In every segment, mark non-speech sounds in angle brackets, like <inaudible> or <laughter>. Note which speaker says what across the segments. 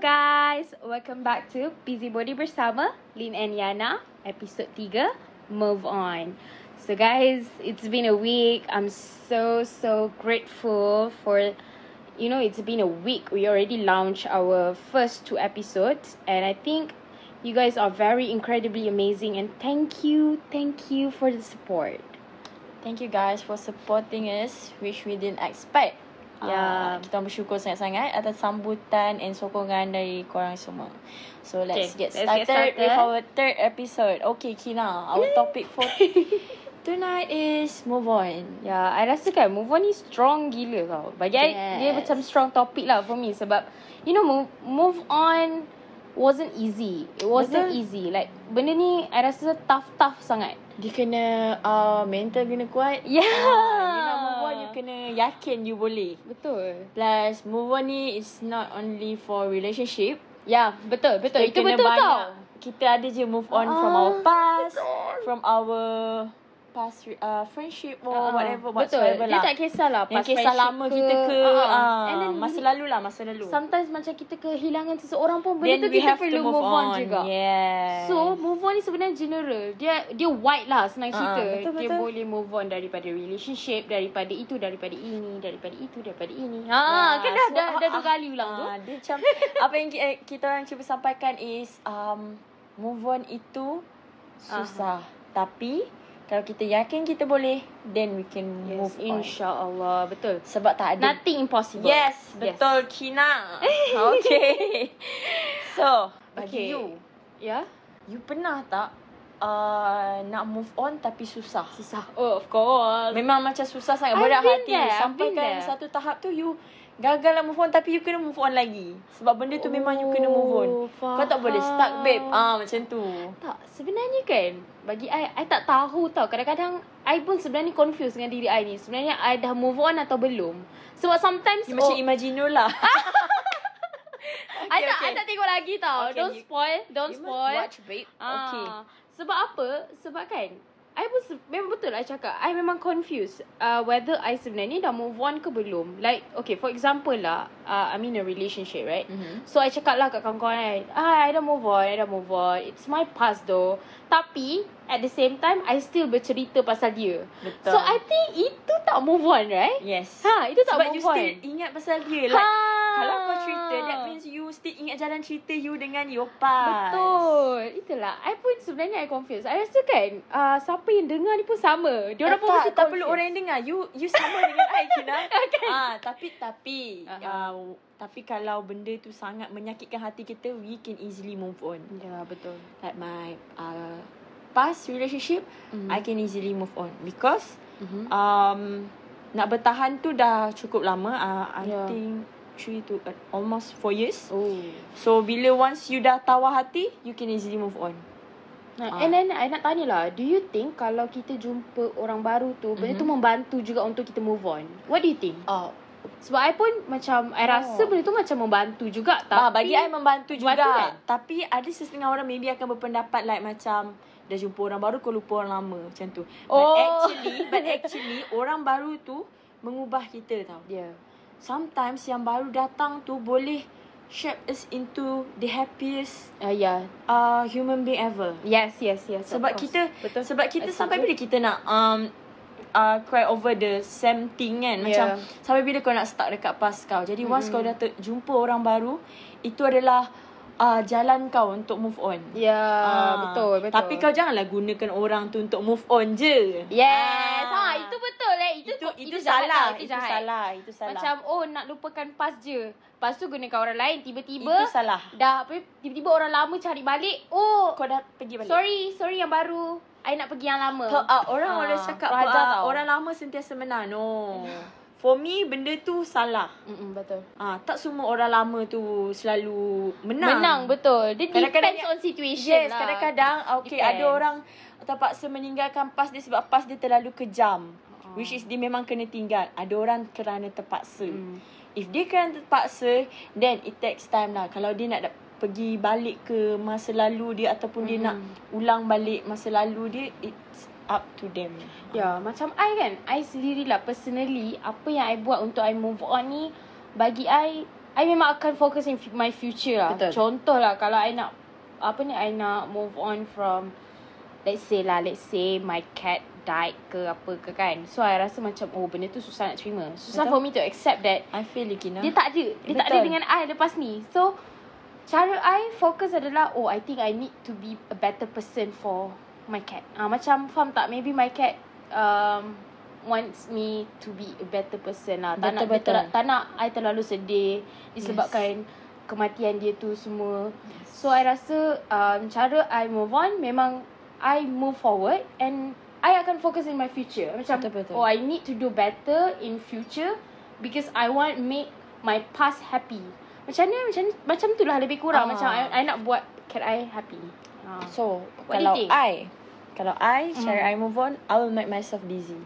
Speaker 1: guys, welcome back to Busybody Bersama Lin and Yana, episode 3, Move On. So guys, it's been a week. I'm so so grateful for you know, it's been a week. We already launched our first two episodes and I think you guys are very incredibly amazing and thank you, thank you for the support.
Speaker 2: Thank you guys for supporting us which we didn't expect.
Speaker 1: Yeah.
Speaker 2: Ah, kita bersyukur sangat-sangat atas sambutan and sokongan dari korang semua. So let's,
Speaker 1: Okay,
Speaker 2: get,
Speaker 1: let's get
Speaker 2: started
Speaker 1: started.
Speaker 2: with our third episode. Okay Kina, our topic
Speaker 1: <laughs>
Speaker 2: for tonight is move on.
Speaker 1: Ya, I rasa kan move on ni strong gila tau. Bagi yes. I, dia
Speaker 2: Yes.
Speaker 1: macam strong topic lah for me sebab you know move, move on wasn't easy. It wasn't
Speaker 2: Betul.
Speaker 1: easy. Like benda ni I rasa tough-tough sangat.
Speaker 2: Dia kena uh, mental kena kuat.
Speaker 1: Yeah.
Speaker 2: Ah, you nak move on, you kena yakin you boleh.
Speaker 1: Betul.
Speaker 2: Plus move on ni is not only for relationship.
Speaker 1: Ya, betul, betul. Itu
Speaker 2: Kita kena
Speaker 1: betul
Speaker 2: banyak.
Speaker 1: tau.
Speaker 2: Kita ada je move on from
Speaker 1: Ah,
Speaker 2: our past, from our past re- uh, friendship or
Speaker 1: Ah, ah.
Speaker 2: whatever
Speaker 1: betul.
Speaker 2: whatsoever
Speaker 1: Dia
Speaker 2: lah.
Speaker 1: tak kisahlah
Speaker 2: Yang
Speaker 1: past
Speaker 2: kisah
Speaker 1: friendship
Speaker 2: lama kita ke
Speaker 1: Ah, ah.
Speaker 2: ah,
Speaker 1: And then
Speaker 2: masa
Speaker 1: we-
Speaker 2: lalu lah masa lalu.
Speaker 1: Sometimes macam kita kehilangan seseorang pun
Speaker 2: Then
Speaker 1: benda tu
Speaker 2: we
Speaker 1: kita
Speaker 2: have to
Speaker 1: perlu move, on, juga.
Speaker 2: Yes.
Speaker 1: So move on ni sebenarnya general. Dia dia wide lah senang
Speaker 2: Ah,
Speaker 1: cerita.
Speaker 2: betul,
Speaker 1: dia
Speaker 2: betul.
Speaker 1: boleh move on daripada relationship, daripada itu, daripada ini, daripada itu, daripada ini. Ha,
Speaker 2: Ah,
Speaker 1: kan dah
Speaker 2: so,
Speaker 1: dah, dah
Speaker 2: ah,
Speaker 1: dua kali ulang tu.
Speaker 2: Ah, dia macam <laughs> apa yang ki- eh, kita orang cuba sampaikan is um move on itu
Speaker 1: Ah.
Speaker 2: susah. Tapi kalau kita yakin kita boleh then we can
Speaker 1: Yes,
Speaker 2: move on.
Speaker 1: insya-Allah. Betul.
Speaker 2: Sebab tak ada
Speaker 1: Nothing impossible.
Speaker 2: Yes,
Speaker 1: <laughs>
Speaker 2: betul Kina. Okay. <laughs> so, bagi okay. you,
Speaker 1: Ya.
Speaker 2: you pernah tak uh, nak move on tapi susah?
Speaker 1: Susah. Oh, of course.
Speaker 2: Memang macam susah sangat
Speaker 1: I've
Speaker 2: berat
Speaker 1: been
Speaker 2: hati
Speaker 1: there, I've
Speaker 2: sampai
Speaker 1: been
Speaker 2: kan
Speaker 1: there.
Speaker 2: satu tahap tu you gagal nak move on tapi you kena move on lagi. Sebab benda tu memang you kena move on.
Speaker 1: Oh,
Speaker 2: Kau tak boleh stuck babe.
Speaker 1: faham.
Speaker 2: Ah macam tu.
Speaker 1: Tak, sebenarnya kan bagi I, I tak tahu tau. Kadang-kadang I pun sebenarnya confused dengan diri I ni. Sebenarnya I dah move on atau belum. Sebab sometimes
Speaker 2: You macam imagino
Speaker 1: <laughs>
Speaker 2: lah.
Speaker 1: I
Speaker 2: <laughs> Okay,
Speaker 1: tak
Speaker 2: okay.
Speaker 1: I tak tengok lagi tau.
Speaker 2: Okay,
Speaker 1: don't
Speaker 2: you-
Speaker 1: spoil, don't
Speaker 2: you must
Speaker 1: spoil.
Speaker 2: watch babe. Okay.
Speaker 1: Ah, Sebab apa? Sebab kan I pun se- memang betul lah I cakap I memang confused uh, Whether I sebenarnya dah move on ke belum Like okay for example lah uh, I'm in a relationship right
Speaker 2: Mhm.
Speaker 1: So I cakap lah kat kawan-kawan I ah, I dah move on I dah move on It's my past though Tapi At the same time I still bercerita pasal dia So
Speaker 2: Betul.
Speaker 1: I think itu tak move on right
Speaker 2: Yes.
Speaker 1: Ha itu tak
Speaker 2: Sebab you
Speaker 1: move on Ha.
Speaker 2: still ingat pasal dia. Like, Kalau
Speaker 1: Ah.
Speaker 2: kau cerita That means you still ingat jalan cerita you Dengan your past
Speaker 1: Betul Itulah I pun sebenarnya I confused I rasa kan uh, Siapa yang dengar ni pun sama Diorang pun
Speaker 2: tak,
Speaker 1: mesti
Speaker 2: tak
Speaker 1: confused.
Speaker 2: perlu orang yang dengar You you sama dengan I
Speaker 1: <laughs>
Speaker 2: Kina ah, Tapi Tapi
Speaker 1: Aha.
Speaker 2: uh, Tapi kalau benda tu Sangat menyakitkan hati kita We can easily move on
Speaker 1: Ya betul
Speaker 2: Like my uh, Past relationship
Speaker 1: Mhm.
Speaker 2: I can easily move on Because
Speaker 1: Mhm.
Speaker 2: um, Nak bertahan tu Dah cukup lama uh, I
Speaker 1: Yeah.
Speaker 2: think Three to uh, Almost four years
Speaker 1: Oh
Speaker 2: So bila once you dah tawar hati You can easily move on
Speaker 1: nah,
Speaker 2: Ah.
Speaker 1: And then I nak tanya lah Do you think Kalau kita jumpa orang baru tu Benda tu membantu juga Untuk kita move on What do you think?
Speaker 2: Oh,
Speaker 1: Sebab I pun macam I rasa
Speaker 2: Oh.
Speaker 1: benda tu macam membantu juga Tapi
Speaker 2: Tapi, ah, bagi I membantu juga.
Speaker 1: Membantu kan?
Speaker 2: Tapi ada sesetengah orang maybe akan berpendapat like macam dah jumpa orang baru kau lupa orang lama macam tu. But
Speaker 1: Oh.
Speaker 2: actually, but actually <laughs> orang baru tu mengubah kita tau.
Speaker 1: Ya yeah.
Speaker 2: Sometimes yang baru datang tu boleh shape us into the happiest
Speaker 1: Uh, yeah.
Speaker 2: uh, human being ever.
Speaker 1: Yes yes yes of
Speaker 2: Sebab
Speaker 1: course.
Speaker 2: kita
Speaker 1: Betul
Speaker 2: sebab kita
Speaker 1: I
Speaker 2: sampai
Speaker 1: setuju.
Speaker 2: bila kita nak um uh, cry over the same thing kan macam
Speaker 1: Yeah.
Speaker 2: sampai bila kau nak stuck dekat past kau. Jadi once kau dah ter- jumpa orang baru, itu adalah uh, jalan kau untuk move on.
Speaker 1: Ya yeah,
Speaker 2: Ah,
Speaker 1: betul betul
Speaker 2: Tapi kau janganlah gunakan orang tu untuk move on je.
Speaker 1: Yes.
Speaker 2: Ah.
Speaker 1: Ah, itu betul eh. Itu
Speaker 2: itu, itu,
Speaker 1: jahat
Speaker 2: salah,
Speaker 1: tau,
Speaker 2: itu, salah, itu salah.
Speaker 1: Macam oh nak lupakan pas je. Lepas tu gunakan orang lain tiba-tiba
Speaker 2: itu salah.
Speaker 1: dah apa, tiba-tiba orang lama cari balik. Oh,
Speaker 2: Kau dah pergi balik.
Speaker 1: sorry, sorry yang baru. I nak pergi yang lama.
Speaker 2: Kau, uh, orang
Speaker 1: Ah,
Speaker 2: boleh cakap
Speaker 1: peraja
Speaker 2: uh,
Speaker 1: tau.
Speaker 2: orang lama sentiasa menang. No. For me benda tu salah.
Speaker 1: Mm-mm, betul.
Speaker 2: Ah, tak semua orang lama tu selalu menang.
Speaker 1: Menang betul. Dia
Speaker 2: Kadang-kadang
Speaker 1: depends
Speaker 2: yang-
Speaker 1: on situation
Speaker 2: Yes,
Speaker 1: lah.
Speaker 2: kadang-kadang okay
Speaker 1: Depends.
Speaker 2: Depends. ada orang terpaksa meninggalkan pas dia sebab pas dia terlalu kejam.
Speaker 1: Ah.
Speaker 2: Which is dia memang kena tinggal. Ada orang kerana terpaksa.
Speaker 1: Hmm.
Speaker 2: If dia kerana terpaksa, then it takes time lah. Kalau dia nak da- pergi balik ke masa lalu dia ataupun dia
Speaker 1: Mm-mm.
Speaker 2: nak ulang balik masa lalu dia, it's up to them.
Speaker 1: Ya, macam I kan, I sendirilah personally apa yang I buat untuk I move on ni bagi I I memang akan fokus in fu- my future lah.
Speaker 2: Betul.
Speaker 1: Contoh lah kalau I nak apa ni I nak move on from let's say lah let's say my cat died ke apa ke kan. So I rasa macam oh benda tu susah nak terima. Susah
Speaker 2: Betul.
Speaker 1: for me to accept that
Speaker 2: I feel you, Kina.
Speaker 1: dia tak ada. Dia tak ada
Speaker 2: Betul.
Speaker 1: dengan I lepas ni. So cara I fokus adalah oh I think I need to be a better person for my cat. Ah macam faham tak maybe my cat um wants me to be a better person lah. Tak nak dia
Speaker 2: Betul-betul.
Speaker 1: terla- tak nak I terlalu sedih disebabkan kematian dia tu semua. So I rasa um, cara I move on memang I move forward and I akan focus in my future. Macam
Speaker 2: Betul, betul.
Speaker 1: oh I need to do better in future because I want make my past happy. Macam ni macam macam tu lah lebih kurang
Speaker 2: Ah.
Speaker 1: macam I, I nak buat cat I happy. Ah.
Speaker 2: So,
Speaker 1: What do you
Speaker 2: kalau
Speaker 1: think? Hmm.
Speaker 2: I, kalau I, cara I move on, I will make myself busy.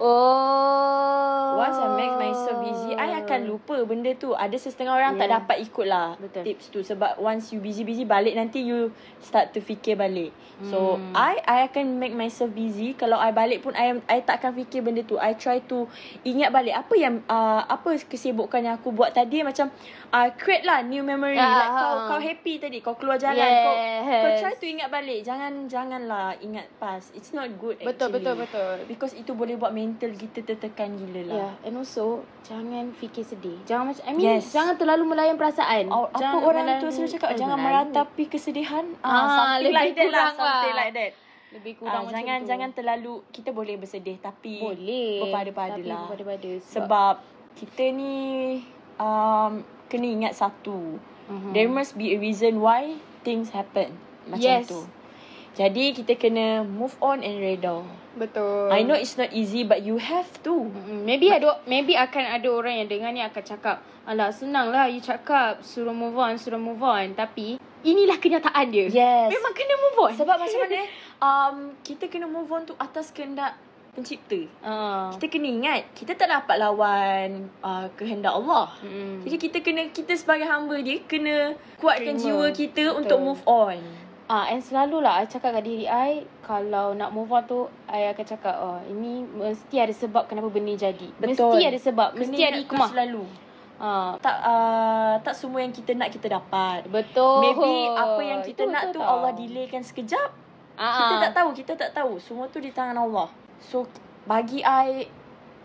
Speaker 1: Oh.
Speaker 2: Once I make myself busy, I akan lupa benda tu. Ada sesetengah orang yeah. tak
Speaker 1: Yeah.
Speaker 2: dapat ikut lah
Speaker 1: Ya. Betul.
Speaker 2: tips tu. Sebab once you busy-busy balik, nanti you start to fikir balik. So,
Speaker 1: Hmm.
Speaker 2: I I akan make myself busy. Kalau I balik pun, I, am- I tak akan fikir benda tu. I try to ingat balik apa yang, uh, apa kesibukan yang aku buat tadi. Macam, uh, create lah new memory.
Speaker 1: Ah,
Speaker 2: like, kau,
Speaker 1: ah.
Speaker 2: kau happy tadi. Kau keluar jalan. Kau, kau try to ingat balik. Jangan, janganlah ingat past. It's not good actually.
Speaker 1: Betul betul Ya. betul.
Speaker 2: Because itu boleh buat mental kita tertekan gila lah.
Speaker 1: Yeah, and also jangan fikir sedih. Jangan macam I mean yes.
Speaker 2: Yes.
Speaker 1: jangan terlalu melayan perasaan.
Speaker 2: Oh, apa
Speaker 1: jangan
Speaker 2: orang
Speaker 1: melayan-
Speaker 2: tu selalu cakap
Speaker 1: eh,
Speaker 2: jangan
Speaker 1: melayan.
Speaker 2: meratapi kesedihan. Oh, Ah,
Speaker 1: Ah,
Speaker 2: something
Speaker 1: lebih
Speaker 2: like that lah,
Speaker 1: kurang lah.
Speaker 2: something like that.
Speaker 1: Lebih kurang
Speaker 2: Ah,
Speaker 1: macam
Speaker 2: jangan
Speaker 1: tu.
Speaker 2: jangan terlalu kita boleh bersedih tapi
Speaker 1: boleh.
Speaker 2: berpada-pada
Speaker 1: Tapi
Speaker 2: lah.
Speaker 1: Berpada-pada
Speaker 2: sebab kita ni um kena ingat satu.
Speaker 1: Mhm.
Speaker 2: There must be a reason why things happen. Macam
Speaker 1: Yes.
Speaker 2: tu. Jadi kita kena move on and reda.
Speaker 1: betul.
Speaker 2: I know it's not easy but you have to.
Speaker 1: Mm-mm. Maybe ada maybe akan ada orang yang dengar ni akan cakap, "Alah, senanglah you cakap suruh move on, suruh move on." Tapi inilah kenyataan dia.
Speaker 2: Yes.
Speaker 1: Memang kena move on.
Speaker 2: Sebab macam <laughs> mana eh, um, kita kena move on tu atas kehendak pencipta.
Speaker 1: Ah.
Speaker 2: Kita kena ingat, kita tak dapat lawan uh, kehendak Allah.
Speaker 1: Mm-mm.
Speaker 2: Jadi kita kena, kita sebagai hamba dia kena kuatkan
Speaker 1: Hmm. Terima.
Speaker 2: jiwa kita untuk move on.
Speaker 1: Ah, and selalulah I cakap kat diri I Kalau nak move on tu I akan cakap oh, Ini mesti ada sebab kenapa benda ni jadi
Speaker 2: Betul.
Speaker 1: Mesti ada sebab
Speaker 2: Kena
Speaker 1: Mesti ada
Speaker 2: ingat tu
Speaker 1: hikmah
Speaker 2: Selalu.
Speaker 1: ah,
Speaker 2: Tak uh, tak semua yang kita nak kita dapat.
Speaker 1: Betul
Speaker 2: Maybe apa yang
Speaker 1: Itu
Speaker 2: kita nak
Speaker 1: Oh, betul
Speaker 2: tu
Speaker 1: tau.
Speaker 2: Allah delaykan sekejap.
Speaker 1: ah,
Speaker 2: Kita tak tahu, kita tak tahu. Semua tu di tangan Allah. So bagi I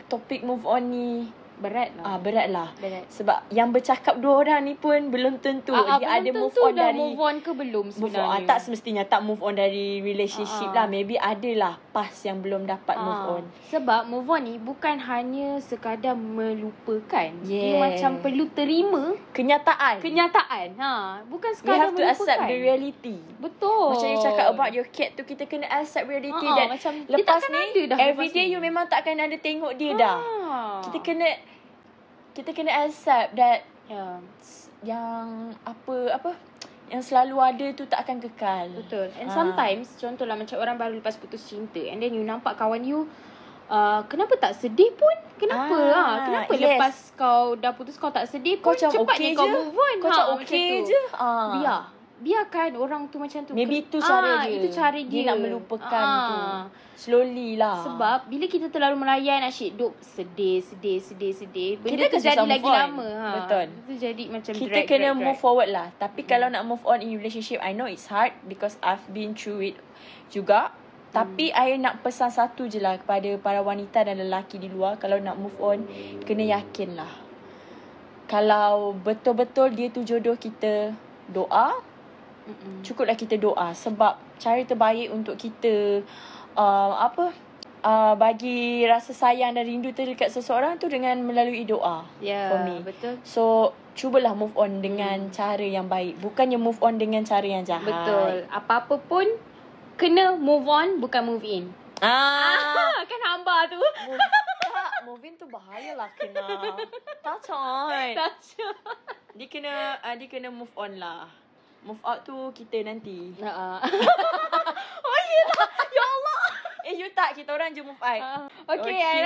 Speaker 2: topik move on ni
Speaker 1: Berat lah
Speaker 2: ah berat lah.
Speaker 1: Berat
Speaker 2: Sebab yang bercakap dua orang ni pun belum tentu
Speaker 1: Ah, ah,
Speaker 2: dia
Speaker 1: belum
Speaker 2: ada move
Speaker 1: tentu
Speaker 2: on
Speaker 1: dah
Speaker 2: dari
Speaker 1: move on ke belum
Speaker 2: move
Speaker 1: sebenarnya
Speaker 2: on. Ah, tak semestinya tak move on dari relationship
Speaker 1: Ah, ah.
Speaker 2: lah. Maybe ada lah past yang belum dapat
Speaker 1: Ah,
Speaker 2: move on.
Speaker 1: Sebab move on ni Bukan hanya sekadar melupakan Dia
Speaker 2: Yes.
Speaker 1: macam perlu terima
Speaker 2: Kenyataan.
Speaker 1: Kenyataan ha. Bukan
Speaker 2: We
Speaker 1: sekadar
Speaker 2: have to
Speaker 1: melupakan
Speaker 2: accept the reality.
Speaker 1: Betul
Speaker 2: Macam you cakap about your cat tu kita kena accept reality
Speaker 1: Oh. Ah, ah,
Speaker 2: dan
Speaker 1: macam kita
Speaker 2: lepas
Speaker 1: akan
Speaker 2: ni
Speaker 1: ada dah
Speaker 2: every
Speaker 1: lepas
Speaker 2: day
Speaker 1: ni.
Speaker 2: you memang tak akan ada tengok dia
Speaker 1: Ah.
Speaker 2: dah. Kita kena kita kena accept that
Speaker 1: yeah.
Speaker 2: yang apa apa yang selalu ada tu tak akan kekal.
Speaker 1: Betul. And
Speaker 2: Ah.
Speaker 1: sometimes contohlah macam orang baru lepas putus cinta and then you nampak kawan you Uh, kenapa tak sedih pun? Kenapa
Speaker 2: Ah,
Speaker 1: ah, ha? Kenapa
Speaker 2: yes.
Speaker 1: yes. lepas kau dah putus kau tak sedih
Speaker 2: Kau
Speaker 1: pun?
Speaker 2: macam
Speaker 1: cepat
Speaker 2: okey
Speaker 1: je kau
Speaker 2: je.
Speaker 1: move on.
Speaker 2: Kau
Speaker 1: ha,
Speaker 2: macam
Speaker 1: macam
Speaker 2: okay
Speaker 1: tu.
Speaker 2: je. Ah.
Speaker 1: Biar. Biarkan orang tu macam tu.
Speaker 2: Maybe
Speaker 1: Ke-
Speaker 2: tu cara
Speaker 1: ah,
Speaker 2: dia.
Speaker 1: Itu cara dia.
Speaker 2: Dia nak melupakan
Speaker 1: Ah.
Speaker 2: tu. Slowly lah.
Speaker 1: Sebab bila kita terlalu melayan asyik duk sedih, sedih, sedih, sedih. Benda
Speaker 2: Kita
Speaker 1: tu
Speaker 2: akan
Speaker 1: jadi
Speaker 2: susah move
Speaker 1: lagi
Speaker 2: on.
Speaker 1: lama. Ha.
Speaker 2: Betul.
Speaker 1: Itu jadi macam
Speaker 2: kita
Speaker 1: drag,
Speaker 2: kena
Speaker 1: drag, drag. Hmm.
Speaker 2: move forward lah. Tapi kalau nak move on in relationship, I know it's hard because I've been through it juga.
Speaker 1: Hmm.
Speaker 2: Tapi I nak pesan satu je lah kepada para wanita dan lelaki di luar. Kalau nak move on, kena yakin lah. Kalau betul-betul dia tu jodoh kita, doa.
Speaker 1: Mm-mm.
Speaker 2: Cukuplah kita doa. Sebab cara terbaik untuk kita, uh, apa, uh, bagi rasa sayang dan rindu terdekat seseorang tu dengan melalui doa.
Speaker 1: yeah,
Speaker 2: for me.
Speaker 1: Ya, Betul.
Speaker 2: So cubalah move on dengan hmm. cara yang baik Bukannya move on dengan cara yang jahat
Speaker 1: Betul. Apa-apa pun kena move on bukan move in. <laughs>
Speaker 2: Ah,
Speaker 1: Ah, kan hamba tu.
Speaker 2: <laughs> move, tak, move in tu bahaya lah kena Touch on Dia kena, uh, dia kena move on lah Move out tu kita nanti
Speaker 1: Uh,
Speaker 2: <laughs> Eh you tak, kita orang je move out
Speaker 1: okay, okay, I
Speaker 2: Okay.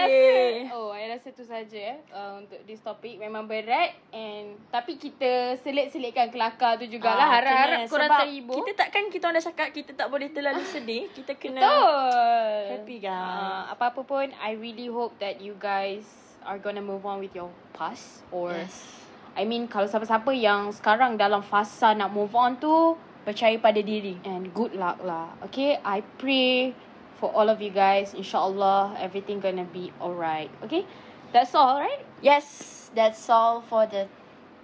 Speaker 1: rasa Oh, I rasa tu saja eh uh, Untuk this topic Memang berat And Tapi kita selit-selitkan kelakar tu jugalah
Speaker 2: Ah,
Speaker 1: lah, Harap-harap
Speaker 2: kena.
Speaker 1: korang
Speaker 2: Sebab
Speaker 1: terhibur
Speaker 2: Kita takkan kita orang dah cakap Kita tak boleh terlalu sedih Kita kena
Speaker 1: Betul
Speaker 2: Happy, guys.
Speaker 1: Ah, Apa-apa pun I really hope that you guys Are gonna move on with your past Or
Speaker 2: Yes.
Speaker 1: I mean kalau siapa-siapa yang sekarang dalam fasa nak move on tu
Speaker 2: Percaya pada diri.
Speaker 1: and good luck lah. Okay, I pray for all of you guys. Insyaallah everything gonna be alright. Okay, that's all right.
Speaker 2: Yes, that's all for the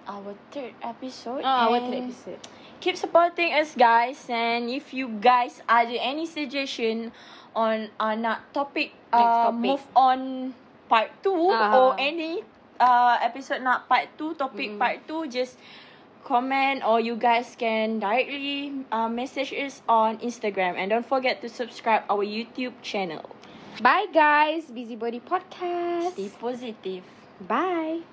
Speaker 2: our third episode.
Speaker 1: Ah, our third
Speaker 2: and
Speaker 1: episode.
Speaker 2: Keep supporting us, guys. And if you guys ada any suggestion on anak topic,
Speaker 1: Next
Speaker 2: uh,
Speaker 1: topic.
Speaker 2: move on part 2
Speaker 1: Ah.
Speaker 2: or any uh, episode nak part 2, topic
Speaker 1: Mm-mm.
Speaker 2: part 2, just comment or you guys can directly uh, message us on Instagram. And don't forget to subscribe our YouTube channel.
Speaker 1: Bye guys, Busybody Podcast.
Speaker 2: Stay positive.
Speaker 1: Bye.